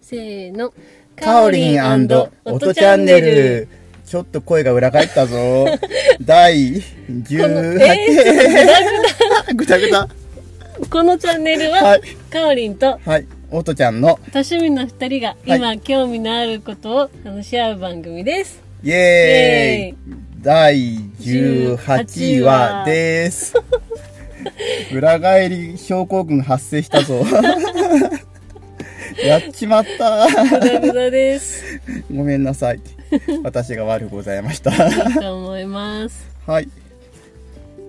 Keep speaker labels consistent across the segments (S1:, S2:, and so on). S1: せーの。
S2: カオリンオトチャンネル。ちょっと声が裏返った ぞ。第18回。ぐちゃぐちゃ。
S1: このチャンネル
S2: は、
S1: はいカオリンと
S2: はい。オトちゃんの、
S1: 多趣味の二人が今、興味のあることを話し合う番組です。
S2: イエーイ第18話 です。裏返り症候群発生した ぞ。やっちまった。
S1: グダグダです。
S2: ごめんなさい。私が悪くございました。
S1: いいと思います。
S2: はい。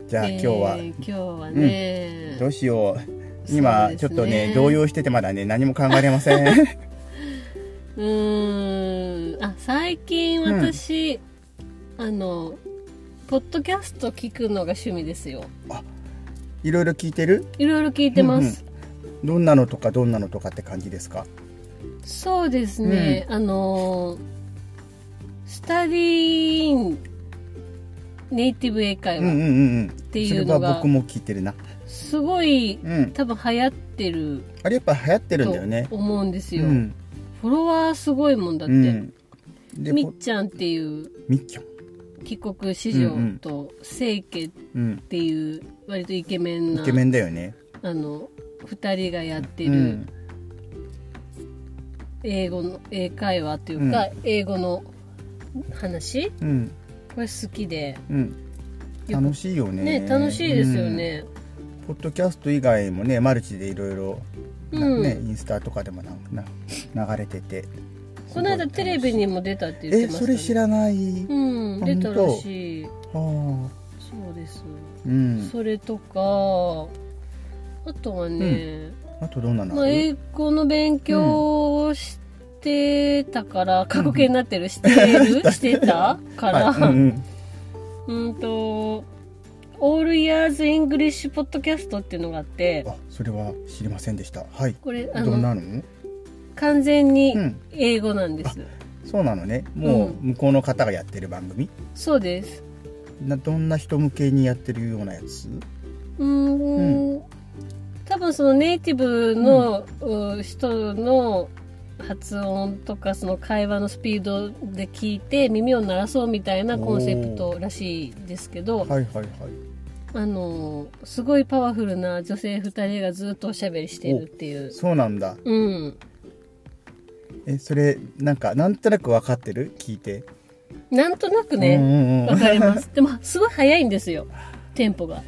S2: じゃあ
S1: えー
S2: 今日は
S1: 今日はね、
S2: どうしよう。
S1: そう
S2: 今、
S1: です
S2: ちょ
S1: ね
S2: っとね、動揺しててまだね、何も考えれません。
S1: うーんあ最近私、あのポッドキャスト聞くのが趣味ですよ
S2: いろいろ聞いてる
S1: いろいろ聞いてます、
S2: どんなのとかどんなのとかって感じですか
S1: そうですね、あのスタディーインネイティブ英会
S2: うんう
S1: 話
S2: んうん
S1: て
S2: うん。
S1: い
S2: そうれ
S1: のが
S2: は僕も聞いてるな。
S1: すごい、
S2: うん。
S1: 多分流行ってる
S2: あれやっぱ流行ってるんだよね。
S1: と思うんです
S2: う
S1: よ、
S2: ん。
S1: フォロワーすごいもんだっ
S2: う
S1: て、
S2: ん。で、
S1: みっ
S2: ぽ
S1: ちゃんっていう
S2: みっちゃん。
S1: 帰国子女と清家っ
S2: うん。
S1: ていう割とイケメン
S2: イ
S1: な
S2: ケメンだよね。
S1: あの2人がやって
S2: う
S1: る
S2: ん。
S1: 英語の英会話というか、
S2: う
S1: 英語の話
S2: うん。
S1: これ好きで
S2: うん。
S1: よく
S2: 楽しいよね。
S1: ね楽しいですよね、
S2: うん。ポッドキャスト以外もね、マルチでいろいろ、な
S1: うん
S2: ね、インスタとかでもなんかな流れてて。
S1: この間テレビにも出たって言って
S2: え、
S1: ました、ね、
S2: それ知らない。
S1: うん出たらしい
S2: はあ。
S1: そうです、
S2: うん。
S1: それとかあとはね、
S2: あとどんなの
S1: まあ、
S2: ある
S1: 英語の勉強をしてたから過去形になってる、してるしてたから、
S2: はいうんうん
S1: うんと、オールイヤーズ・イングリッシュ・ポッドキャストっていうのがあって、
S2: あ、それは知りませんでした。はい。
S1: これ、あ
S2: どん
S1: の、
S2: なの？
S1: 完全に
S2: うん
S1: 英語なんです。
S2: そうなのね。もう
S1: うん
S2: 向こうの方がやってる番組。
S1: そうです。
S2: などんな人向けにやってるようなやつ？
S1: うーん、多分そのネイティブの、うー人の発音とか、その会話のスピードで聞いて耳を鳴らそうみたいなコンセプトらしいですけど、
S2: はいはいはい。
S1: あの、すごいパワフルな女性2人がずっとおしゃべりしてるっていう。
S2: そうなんだ。
S1: うん。
S2: え、それなんかなんとなくわかってる？聞いて。
S1: なんとなくね、
S2: うんうんう
S1: わ
S2: ん。
S1: かります。でも、すごい早いんですよ。テンポが。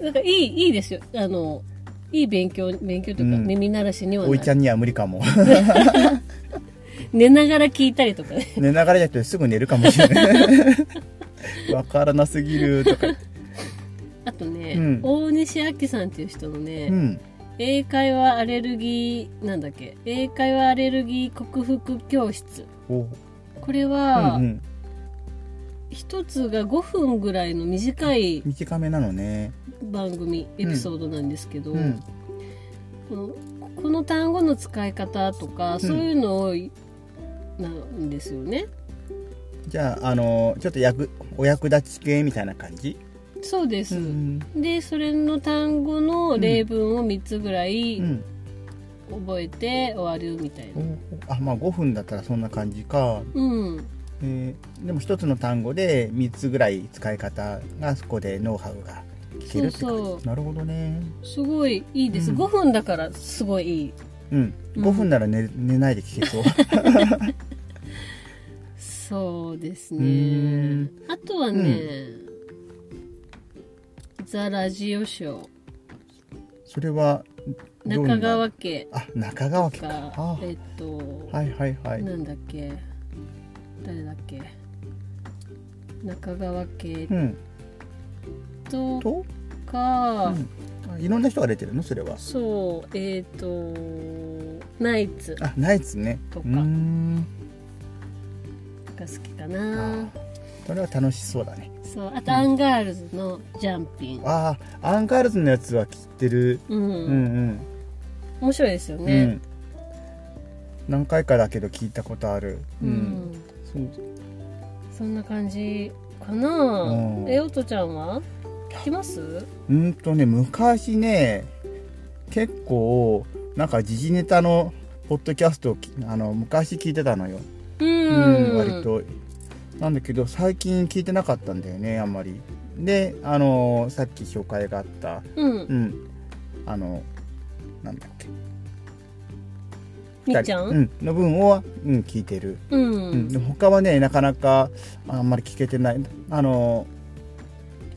S1: なんか、いい、いいですよ。あの、いい勉強、勉強というか、
S2: うん
S1: 耳慣らしには
S2: おいち
S1: な
S2: ゃ
S1: る。
S2: んには無理かも。
S1: 寝ながら聞いたりとかね。
S2: 寝ながらやってすぐ寝るかもし れない。わからなすぎるとか。
S1: あとね、
S2: うん
S1: 大西明さんっていう人のね、
S2: うん。
S1: 英会話アレルギー、なんだっけ、英会話アレルギー克服教室。
S2: お。
S1: これ
S2: うん
S1: は
S2: う、ん。
S1: 一つが5分ぐらいの短い
S2: 短めなのね。
S1: 番組、エピソードなんですけど、
S2: うん。
S1: このこの単語の使い方とか、そういうのをいなんですよね。
S2: じゃああのちょっと役お役立ち系みたいな感じ？
S1: そうです、
S2: うん。
S1: でそれの単語の例文を3つぐらい
S2: うん。
S1: 覚えて終わるみたいな。
S2: あまあ5分だったらそんな感じか、
S1: うん、
S2: えーでも一つの単語で3つぐらい使い方がそこでノウハウが聞けるって感じ
S1: そうそう
S2: なるほどね
S1: すごいいいです、
S2: うん
S1: 5分だからすごいいい。
S2: うん
S1: うん
S2: 5分なら寝,、寝ないで 聞けそう
S1: そうです
S2: うー
S1: ね
S2: ん。
S1: あとはね、ザ・ラジオショー
S2: それはどう
S1: 中
S2: なんだ
S1: 川家
S2: あ中川家か
S1: が
S2: あ、
S1: えっと、
S2: はいはいはい
S1: なんだっけ誰だっけ中川家
S2: うん
S1: と
S2: と、
S1: か、
S2: うんあいろんな人が出てるのそれは
S1: そうえっ、とナイツ
S2: あないですね
S1: とか
S2: うーん
S1: が好きか
S2: あ
S1: な
S2: それは楽しそうだね
S1: そうあとアンガールズのジャンピン
S2: あーアンガールズのやつは聞いてる
S1: うん、
S2: うんうん
S1: 面白いですよね
S2: うん、何回かだけど聞いたことある、
S1: うん、
S2: そう
S1: そんな感じかな、
S2: うん
S1: えおとちゃんは聞きます
S2: うんとね昔ね結構なんか時事ネタのポッドキャストをきあの昔聞いてたのよ、
S1: うん
S2: うん割となんだけど最近聞いてなかったんだよねあんまりであのさっき紹介があった
S1: うん
S2: うんあのなんだっけ
S1: みっちゃ
S2: うんん、の分を、うん、聞いてる、
S1: う
S2: うん、
S1: ん
S2: でも他はねなかなかあんまり聞けてないあの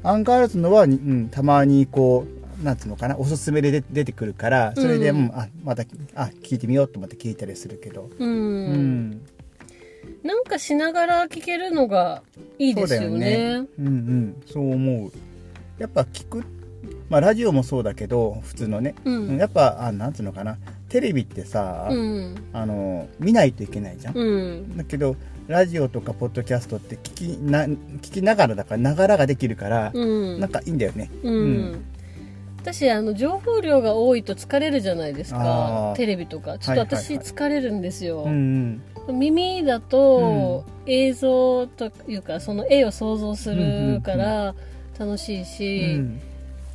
S2: アンガールズのは、うん、たまにこうなんつうのかなおすすめで出出てくるからそれで、
S1: う
S2: うんんあまたあ聞いてみようと思って聞いたりするけど、
S1: う
S2: うん
S1: なんかしながら聞けるのがいいですよね
S2: うんうんそう思うやっぱ聞くまあラジオもそうだけど普通のね、
S1: う
S2: うん
S1: ん
S2: やっぱあなんつうのかなテレビってさ、
S1: うん
S2: あの見ないといけないじゃん
S1: うん
S2: だけどラジオとかポッドキャストって聞きな聞きながらだからながらができるから、
S1: うん
S2: なんかいいんだよね
S1: う
S2: うん
S1: ん私あの情報量が多いと疲れるじゃないですか
S2: あー
S1: テレビとかちょっと
S2: はいはいはい
S1: 私疲れるんですよ、
S2: うんうん
S1: 耳だと映像というかその絵を想像するから楽しいうし、
S2: ん、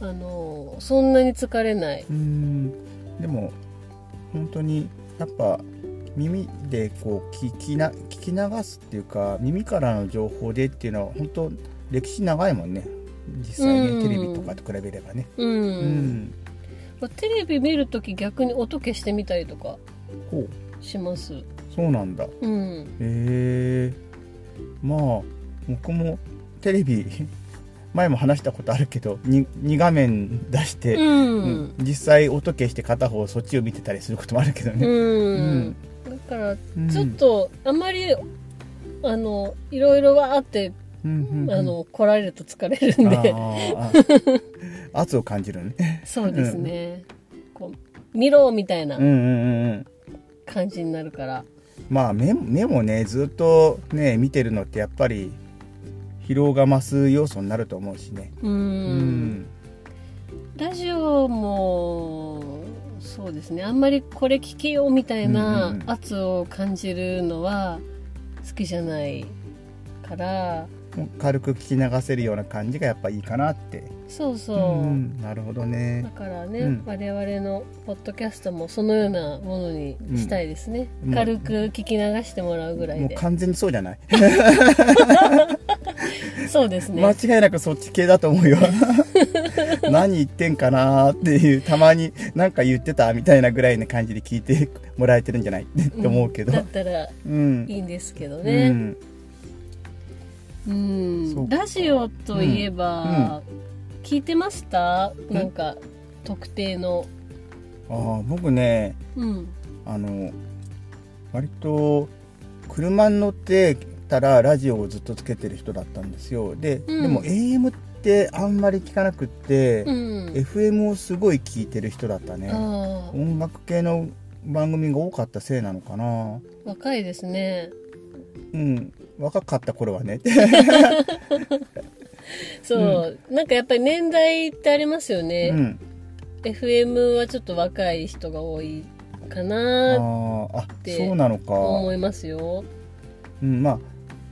S1: あのそんなに疲れない
S2: うんでも本当にやっぱ耳でこう聞きな聞き流すっていうか耳からの情報でっていうのは本当歴史長いもんね実際ね、
S1: うん
S2: テレビとかと比べればね
S1: うん、
S2: うん、
S1: テレビ見るとき逆に音消してみたりとか
S2: ほう
S1: します
S2: そうなんだ
S1: うん
S2: へえまあ僕もテレビ 前も話したことあるけど 2, 画面出し
S1: う
S2: て、
S1: ん
S2: 実際音消して片方そっちを見てたりすることもあるけど
S1: うん、
S2: ね、
S1: だから
S2: うん
S1: ちょっ、とあまりあのいろいろわーって
S2: うんうんうん
S1: あの来られると疲れるん
S2: あ
S1: で
S2: ーあ圧を感じるね
S1: そうですね、こう見ろみたいな
S2: うんうんうんうん
S1: 感じになるから
S2: まあ目目もねずっとね見てるのってやっぱり疲労が増す要素になると思うしねう
S1: うんラジオもそうですねあんまりこれ聞けよみたい
S2: うん
S1: な
S2: うんうん
S1: 圧を感じるのは好きじゃないから
S2: もう軽く聞き流せるような感じがやっぱいいかなって
S1: そうそう、
S2: ん、なるほど
S1: だ
S2: ね
S1: からね、
S2: うん
S1: 我々のポッドキャストもそのようなものにしたいですね、
S2: うん
S1: 軽く聞き流してもらうぐら
S2: も
S1: いうで
S2: 完全にそうじゃない、
S1: そうですね、
S2: 間違いなくそっち系だと 思うよ何言ってんかなーっていうたまになんか言ってたみたいなぐらいな感じで聞いてもらえてるんじゃないって思うけど
S1: だったらい
S2: うん、
S1: いんですけど
S2: うん
S1: ね、うん
S2: そうか
S1: ラジオといえば、聞いてました
S2: ん
S1: なんか特定の
S2: ああ僕ね
S1: うん
S2: あの割と車に乗ってたらラジオをずっとつけてる人だったんですよで、
S1: うん
S2: でも AM ってあんまり聞かなくって、
S1: うん
S2: FM をすごい聞いてる人だったね、
S1: ああ
S2: 音楽系の番組が多かったせいなのかな
S1: 若いですね
S2: うん若かった頃はね
S1: そう、なんかやっぱり年代ってありますよ
S2: う
S1: ね、
S2: ん
S1: FM はちょっと若い人が多いか
S2: あ
S1: な
S2: ーあ
S1: て
S2: そうなの
S1: と思
S2: か、
S1: いますよ、
S2: うん、まあ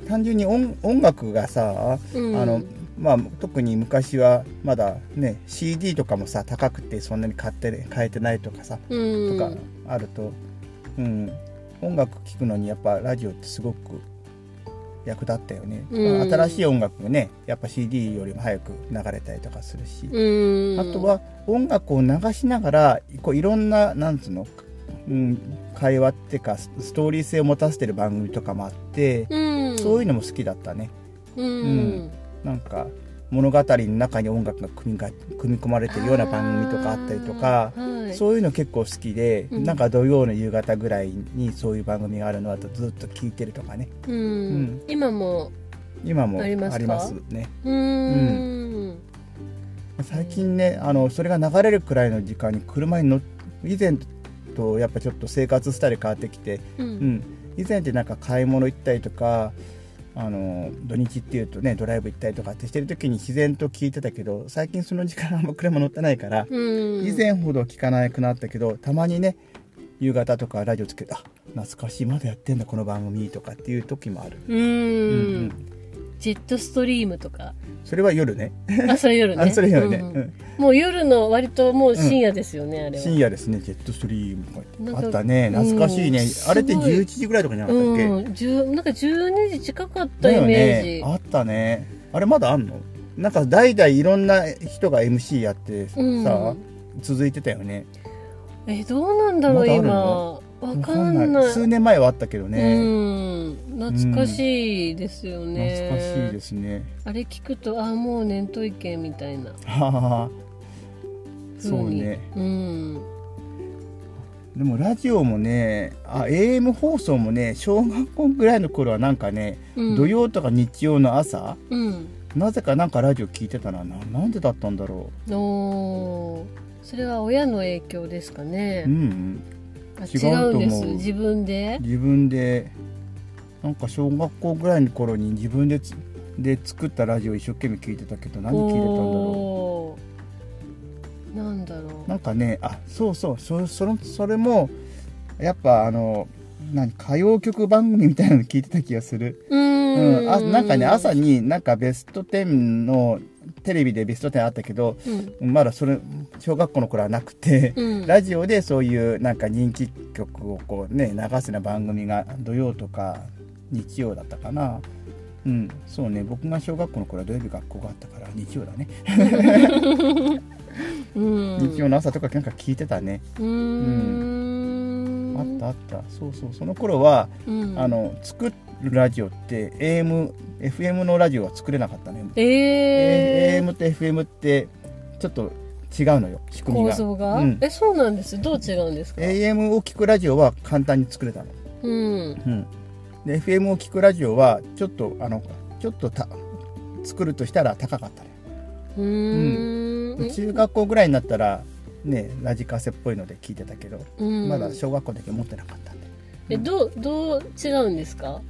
S2: 単純に音音楽がさ、
S1: うん、
S2: あのまあ特に昔はまだね CD とかもさ高くてそんなに買って買えてないとかさ、
S1: うん、
S2: とかあるとうん音楽聴くのにやっぱラジオってすごく役立ったよね、
S1: うん
S2: まあ新しい音楽ねやっぱ CD よりも早く流れたりとかするし、
S1: うん、
S2: あとは音楽を流しながらこういろんななんつうの、うん、会話っていうかスストーリー性を持たせてる番組とかもあって、
S1: うん、
S2: そういううのも好きだったね
S1: うん
S2: なんか物語の中に音楽が組みが組み込まれてるような番組とかあったりとか
S1: あ、ーはい、
S2: そういうの結構好きで、
S1: うん
S2: なんか土曜の夕方ぐらいにそういう番組があるのだとずっと聞いてるとかね
S1: う、ん
S2: ん、
S1: 今も
S2: 今も
S1: あ
S2: あ
S1: り
S2: り
S1: ま
S2: ます
S1: か
S2: すね
S1: うん、
S2: 最近ねあのそれが流れるくらいの時間に車に乗っ以前とやっぱちょっと生活スタイル変わってきて、
S1: う
S2: うんん、以前ってなんか買い物行ったりとかあの土日っていうとねドライブ行ったりとかってしてる時に自然と聞いてたけど最近その時間あんま車乗ってないから、
S1: うん、
S2: 以前ほど聞かなくなったけどたまにね夕方とかラジオつけて「あ懐かしいまだやってんだこの番組」とかっていう時もある。
S1: うん、
S2: うんうん
S1: ジェットストリームとか。
S2: それは夜ね
S1: あ、それ夜ね。
S2: あそれ夜ね、
S1: うん
S2: うん
S1: もう夜の割ともう深夜ですよね、あれは。
S2: 深夜ですねジェットストリーム
S1: なん
S2: あ
S1: か
S2: ったね懐かしいね、
S1: うん
S2: あれって
S1: すごい
S2: 11時ぐらいとかじゃなかったっけ、
S1: うん、じゅうなんか12時近かった
S2: だ
S1: イ
S2: よ
S1: メージ、
S2: ねあったねあれまだあんのなんか代々いろんな人が MC やってさ、
S1: うん
S2: 続いてたよね
S1: えどうなんだろう、
S2: まだある
S1: 今
S2: の
S1: わかんない
S2: 数年前はあったけど
S1: う
S2: ね、
S1: ん懐かしいですよね、
S2: 懐かしいですね
S1: あれ聞くとあもう年といけみたいな
S2: ははは
S1: 風
S2: そう
S1: に
S2: ね
S1: うん
S2: でもラジオもねあ AM 放送もね小学校ぐらいの頃はなんかね、
S1: うん
S2: 土曜とか日曜の朝
S1: うん
S2: なぜかなんかラジオ聞いてたなななんでだったんだろ
S1: おーそれは親の影響ですかね
S2: う、うんうん
S1: あ
S2: 違
S1: 違
S2: う
S1: うん
S2: と思う
S1: です自分で
S2: 自分でなんか小学校ぐらいの頃に自分でつで作ったラジオ一生懸命聞いてたけど何聞いてたんだろ
S1: おーなんだろ
S2: うなんかねあそうそうそそのそれもやっぱあの何歌謡曲番組みたいなの聞いてた気がする、
S1: うう
S2: うんん、あなんかね朝
S1: に、
S2: になんかベスト10のテレビでベスト10あったけど
S1: うん
S2: まだそれ小学校の頃はなくて、
S1: うん、
S2: ラジオでそういうなんか人気曲をこうね流すような番組が土曜とか日曜だったかな。うん、そうね僕が小学校の頃は土曜日学校があったから日曜だね、
S1: うん、
S2: 日曜の朝とかなんか聞いてたね、
S1: うーん
S2: あったあったそうそうその頃は、
S1: うん
S2: あの作るラジオって AMFM のラジオは作れなかったね、
S1: えー、
S2: AM と FM ってちょっと違うのよ仕組み
S1: 構
S2: が
S1: 造が、
S2: うん
S1: えそうなんですどう違うんですか、
S2: AM を聞くラジオは簡単に作れたの
S1: うん
S2: うん、で FM を聞くラジオはちょっとあのちょっとた作るとしたら高かったね
S1: うーん
S2: 中学校ぐらいになったらねラジカセっぽいので聞いてたけど、
S1: うん
S2: まだ小学校だけ持ってなかったんで
S1: えどうどう違うんですか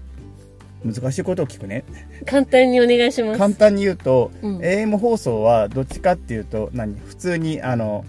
S2: 難しいことを聞くね
S1: 簡単にお願いします
S2: 簡単に言うと、
S1: うん
S2: AM 放送はどっちかっていうと何普通にあの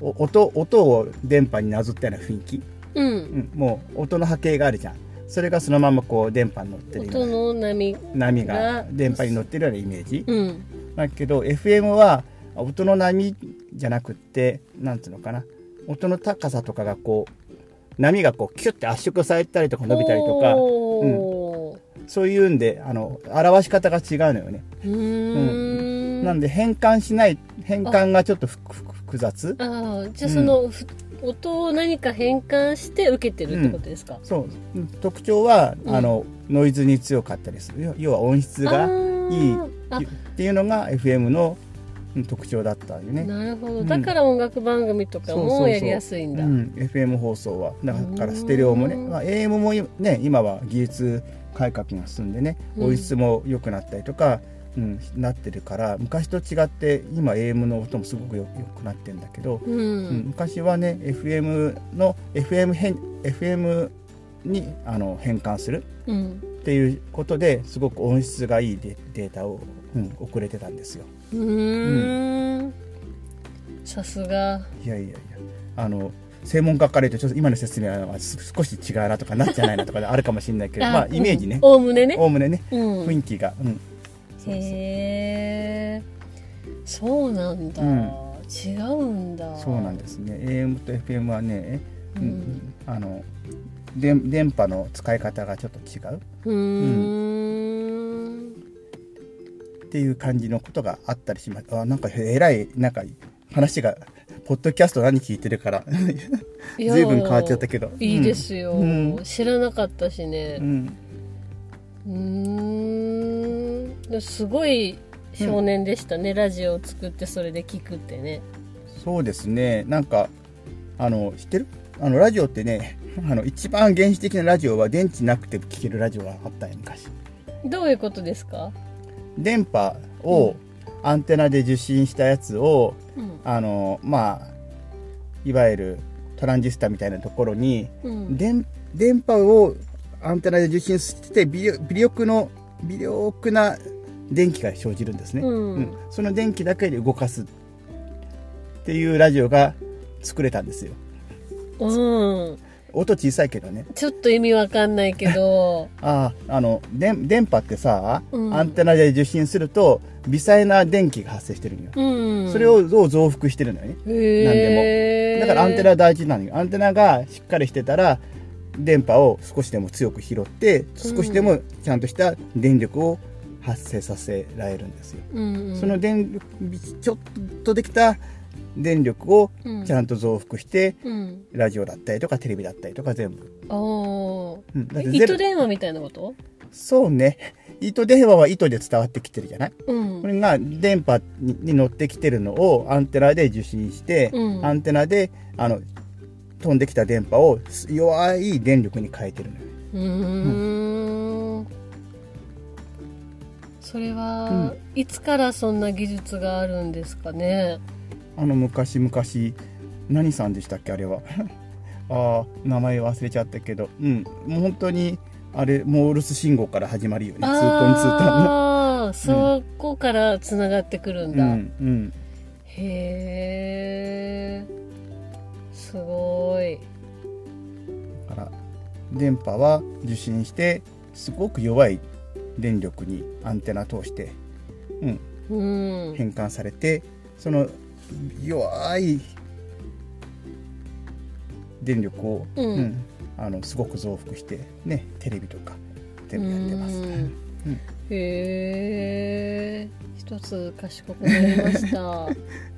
S2: お音音を電波になぞったような雰囲気、
S1: う
S2: うんん、もう音の波形があるじゃんそれがそのままこう電波に乗ってるよう
S1: 音
S2: な
S1: の波
S2: 波が
S1: が
S2: 電波に乗ってるようなイメージ、
S1: うん
S2: だけど FM は音の波じゃなくってなんつうのかな音の高さとかがこう波がこうキュッて圧縮されたりとか伸びたりとか
S1: おー
S2: そういうんであの表し方が違うのよね、
S1: うーん
S2: なんで変換しない変換がちょっとふふ複雑
S1: ああじゃあその、ふ音を何か変換して受けてるってことですか、
S2: そう特徴は、
S1: うん
S2: あのノイズに強かったりする要要は音質
S1: あ
S2: がいい
S1: ーあ
S2: っていうのが FM のうん特徴だったよね
S1: なるほ
S2: う
S1: ど
S2: ん
S1: だから音楽番組とか
S2: そうそうそ
S1: も
S2: う
S1: やりやすいんだ
S2: うん、FM 放送はだ
S1: うん
S2: からステレオもね、まあ、AM も今ね今は技術改革が進んでね
S1: うん
S2: 音質も良くなったりとか、うんなってるから昔と違って今 AM の音もすごくよ良くなってるんだけど、
S1: うん、
S2: うん昔はね FM の FM 変 FM にあの変換する
S1: うん
S2: っていうことですごく音質がいいデデータを、うん、送れてたんですよ。
S1: うーんさすが
S2: いやいやいやあの専門家から言うとちょっと今の説明はす少し違うなとかなっちゃないなとかであるかもしれないけどまあイメージね
S1: おおむねね
S2: おおむねね
S1: うん
S2: 雰囲気が、うん、そうそう
S1: へえそうなんだ、
S2: うん
S1: 違うんだ
S2: そうなんですね AM と FM はね、
S1: う
S2: うんんあので電波の使い方がちょっと違う
S1: うーん
S2: っていう感じのことがあったりしますあなんかえらいなんか話がポッドキャスト何聞いてるから
S1: いや
S2: 随分変わっちゃったけど
S1: いいですよ、
S2: うん
S1: 知らなかったしね
S2: うん
S1: うーんですごい少年でしたね、ラジオを作ってそれで聞くってね
S2: そうですねなんかあの知ってるあのラジオってね あの一番原始的なラジオは電池なくて聞けるラジオがあったんよ昔
S1: どういうことですか、
S2: 電波をアンテナで受信したやつを、
S1: うん
S2: あのまあいわゆるトランジスタみたいなところに
S1: うん、
S2: 電電波をアンテナで受信して微量微力の微力な電気が生じるんですね、
S1: うん
S2: その電気だけで動かすっていうラジオが作れたんですよ
S1: うん、
S2: 音小さいけどね
S1: ちょっと意味わかんないけど
S2: あああので電波ってさ、
S1: うん
S2: アンテナで受信すると微細な電気が発生してるんよ、
S1: うん
S2: それをどう増幅してるのよね
S1: へー
S2: だからアンテナ大事なのよアンテナがしっかりしてたら電波を少しでも強く拾って少しでもちゃんとした電力を発生させられるんですよ、
S1: うんうん
S2: その電力ちょっとできた電力を
S1: うん
S2: ちゃんと増幅して、
S1: うん
S2: ラジオだったりとかテレビだったりとか全部、
S1: お
S2: うん、だって
S1: ー糸
S2: 全部
S1: 電話みたいなこと
S2: そうね糸電話は糸で伝わってきてるじゃない
S1: うん
S2: これが電波にに乗ってきてるのをアンテナで受信して、
S1: うん
S2: アンテナであの飛んできた電波を弱い電力に変えてるのよ
S1: うーんそれは、いつからそんな技術があるんですかね
S2: あの昔々何さんでしたっけあれは あー名前忘れちゃったけどうんもう本当にあれモールス信号から始まるよねツートンツートンの
S1: ああそこからつながってくるん
S2: う
S1: だ、
S2: んうん
S1: へえすごい
S2: だから電波は受信してすごく弱い電力にアンテナ通して、うん、
S1: うん
S2: 変換されてその弱い電力を、
S1: うん
S2: あのすごく増幅して、ね、テレビとか全部やってます。
S1: うん
S2: うん
S1: へえ一つ賢くなりました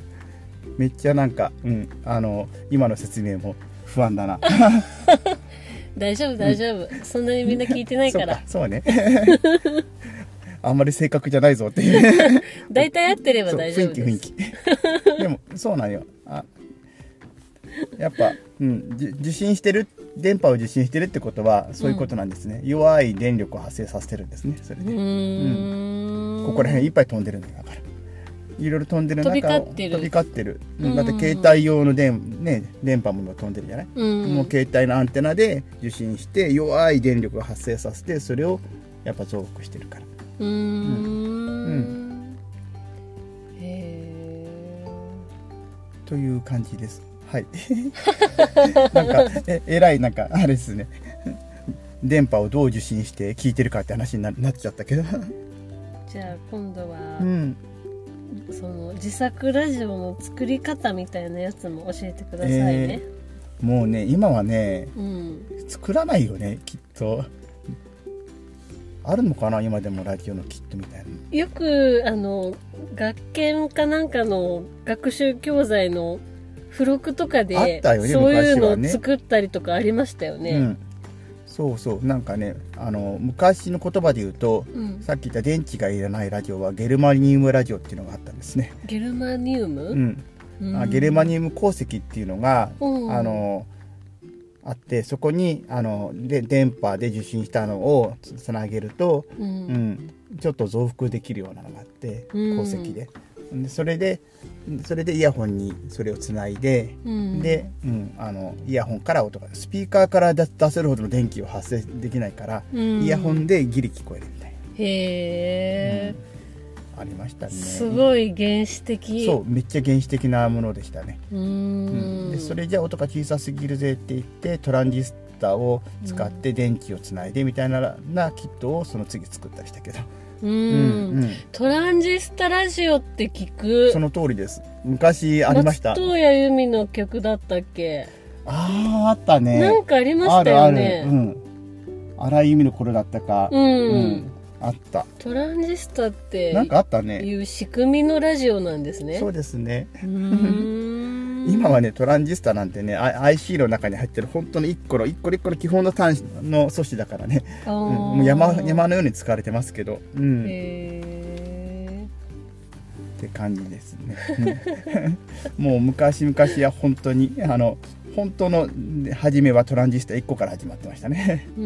S2: めっちゃなんか、うん、あの今の説明も不安だな。
S1: 大丈夫大丈夫、そんなにみんな聞いてない
S2: そう
S1: か
S2: からそうね あんまり正確じゃないぞっていう。
S1: 大体合ってれば
S2: そう
S1: 大丈夫です
S2: 雰囲気雰 囲気でもそうなんよあやっぱ、うん、じ受信してる電波を受信してるってことはそういうことなんですね、弱い電力を発生させてるんですねそれ
S1: う
S2: で、
S1: ーん
S2: ここら辺いっぱい飛んでるんだからいろいろ飛んでる中を
S1: 飛び交ってる
S2: 飛び交ってるうん
S1: うん
S2: だって携帯用の電,、ね、電波も飛んでるじゃない、
S1: うん
S2: もう携帯のアンテナで受信して弱い電力を発生させてそれをやっぱ増幅してるから
S1: うー
S2: うん
S1: へ
S2: という感じです。はい。 なんかええらいなんかあれですね。電波をどう受信して聞いてるかって話にななっちゃったけど。
S1: ーじゃあ今度は、
S2: うん。
S1: その自作ラジオの作り方みたいなやつも教えてくださいね、
S2: もうね今はね
S1: うん
S2: 作らないよねきっと。あるのかな今でもラジオのキットみたいな。
S1: よくあの学研かなんかの学習教材の付録とかで
S2: あったよね
S1: そういう
S2: 昔は
S1: の
S2: ね
S1: を作ったりとかありましたよ
S2: う
S1: ね
S2: ん。そうそうなんかねあの昔の言葉で言うと。
S1: うん
S2: さっき言った電池がいらないラジオはゲルマニウムラジオっていうのがあったんですね。
S1: ゲルマニウ
S2: う
S1: ム、
S2: ん、
S1: うん
S2: あゲルマニウム鉱石っていうのが
S1: うん
S2: あのあってそこにあので電波で受信したのをつつなげると、
S1: う
S2: うんん、ちょっと増幅できるようなのがあって
S1: うん
S2: 鉱石で,、でそれでそれでイヤホンにそれをつないで、
S1: うん
S2: で、うん、あのイヤホンから音がスピーカーから出出せるほどの電気を発生できないから、
S1: うん
S2: イヤホンでギリ聞こえるみたい
S1: へえ、
S2: なありましたね
S1: すごい原始的
S2: そうめっちゃ原始的なものでしたね
S1: うーん
S2: でそれじゃ音が小さすぎるぜって言ってトランジスタを使って電気をつないでみたいななキットをその次作ったりしたけど、
S1: う
S2: うんんうん
S1: トランジスタラジオって聞く
S2: その通りです昔ありました
S1: 松任谷由実の曲だったっけ、
S2: あーあった
S1: な
S2: ね
S1: んかありま
S2: あ
S1: した
S2: るあ
S1: よ
S2: る、う
S1: ね
S2: ん、荒井由実の頃だったか、
S1: うん、
S2: うんあった
S1: トランジスタって
S2: なんかあった
S1: い
S2: ね
S1: う仕組みのラジオなんですね
S2: そうですね
S1: うーん
S2: 今はねトランジスタなんてねあ IC の中に入ってる本当の1個の1個の1個の基本の端子の素子だからね、
S1: あー
S2: うん、もう山山のように使われてますけど、うん、
S1: へ
S2: って感じですね。 うんもう昔々は本当にあの本当の初めはトランジスタ1個から始まってましたね。
S1: ーうー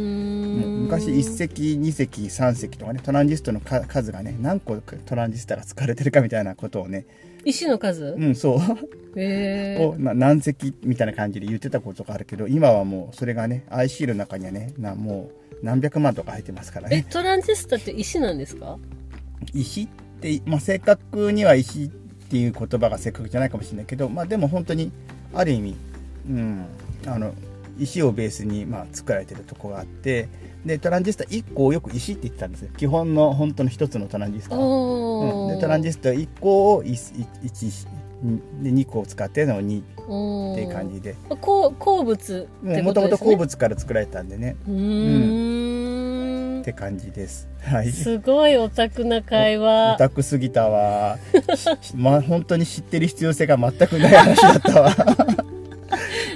S1: ん
S2: もう昔1隻2隻3隻とかねトランジスタのか数がね何個トランジスタが使われてるかみたいなことをね
S1: 石の数、
S2: うんそう
S1: へえ
S2: をな何隻みたいな感じで言ってたことがあるけど今はもうそれがね IC の中にはねなもう何百万とか入ってますから
S1: え
S2: ね。
S1: トランジスタって石なんですか
S2: 石って、まあ、正確には石っていう言葉が正確じゃないかもしれないけど、まあ、でも本当にある意味、うん、あの石をベースに、まあ、作られてるとこがあってでトランジスタ1個をよく石って言ってたんですよ基本の本当の1つのトランジスタを、
S1: お
S2: う
S1: ー
S2: ん、でトランジスタ1個をいい1石で2個を使っての2っ
S1: おー
S2: ていう感じで
S1: こう鉱物って
S2: も
S1: こととで
S2: もと
S1: すね
S2: 鉱物から作られたんでね
S1: うーん
S2: って感じですはい
S1: すごいオタクな会
S2: オ
S1: 話
S2: タクすぎたわ しまあ本当に知ってる必要性が全くない話だったわ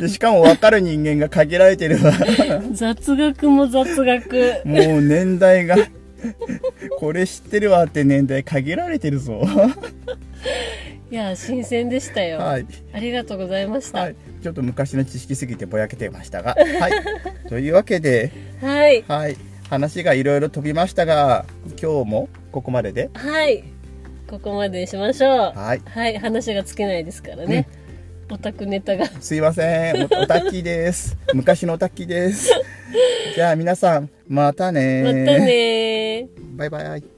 S2: でしかも分かる人間が限られてるわ
S1: 雑学も雑学
S2: もう年代がこれ知ってるわって年代限られてるぞ
S1: いや新鮮でしたよ、
S2: はい、
S1: ありがとうございました
S2: は
S1: はい
S2: い、ちょっと昔の知識すぎてぼやけてましたがはいというわけで
S1: はい、
S2: はい話がいろいろ飛びましたが今日もここまでで
S1: ここまでにしましょう
S2: はい
S1: 話が尽きないですからね、オタクネタが
S2: すいませんおおたきです 昔のおたきですじゃあ皆さんまたね
S1: またねー
S2: バイバイ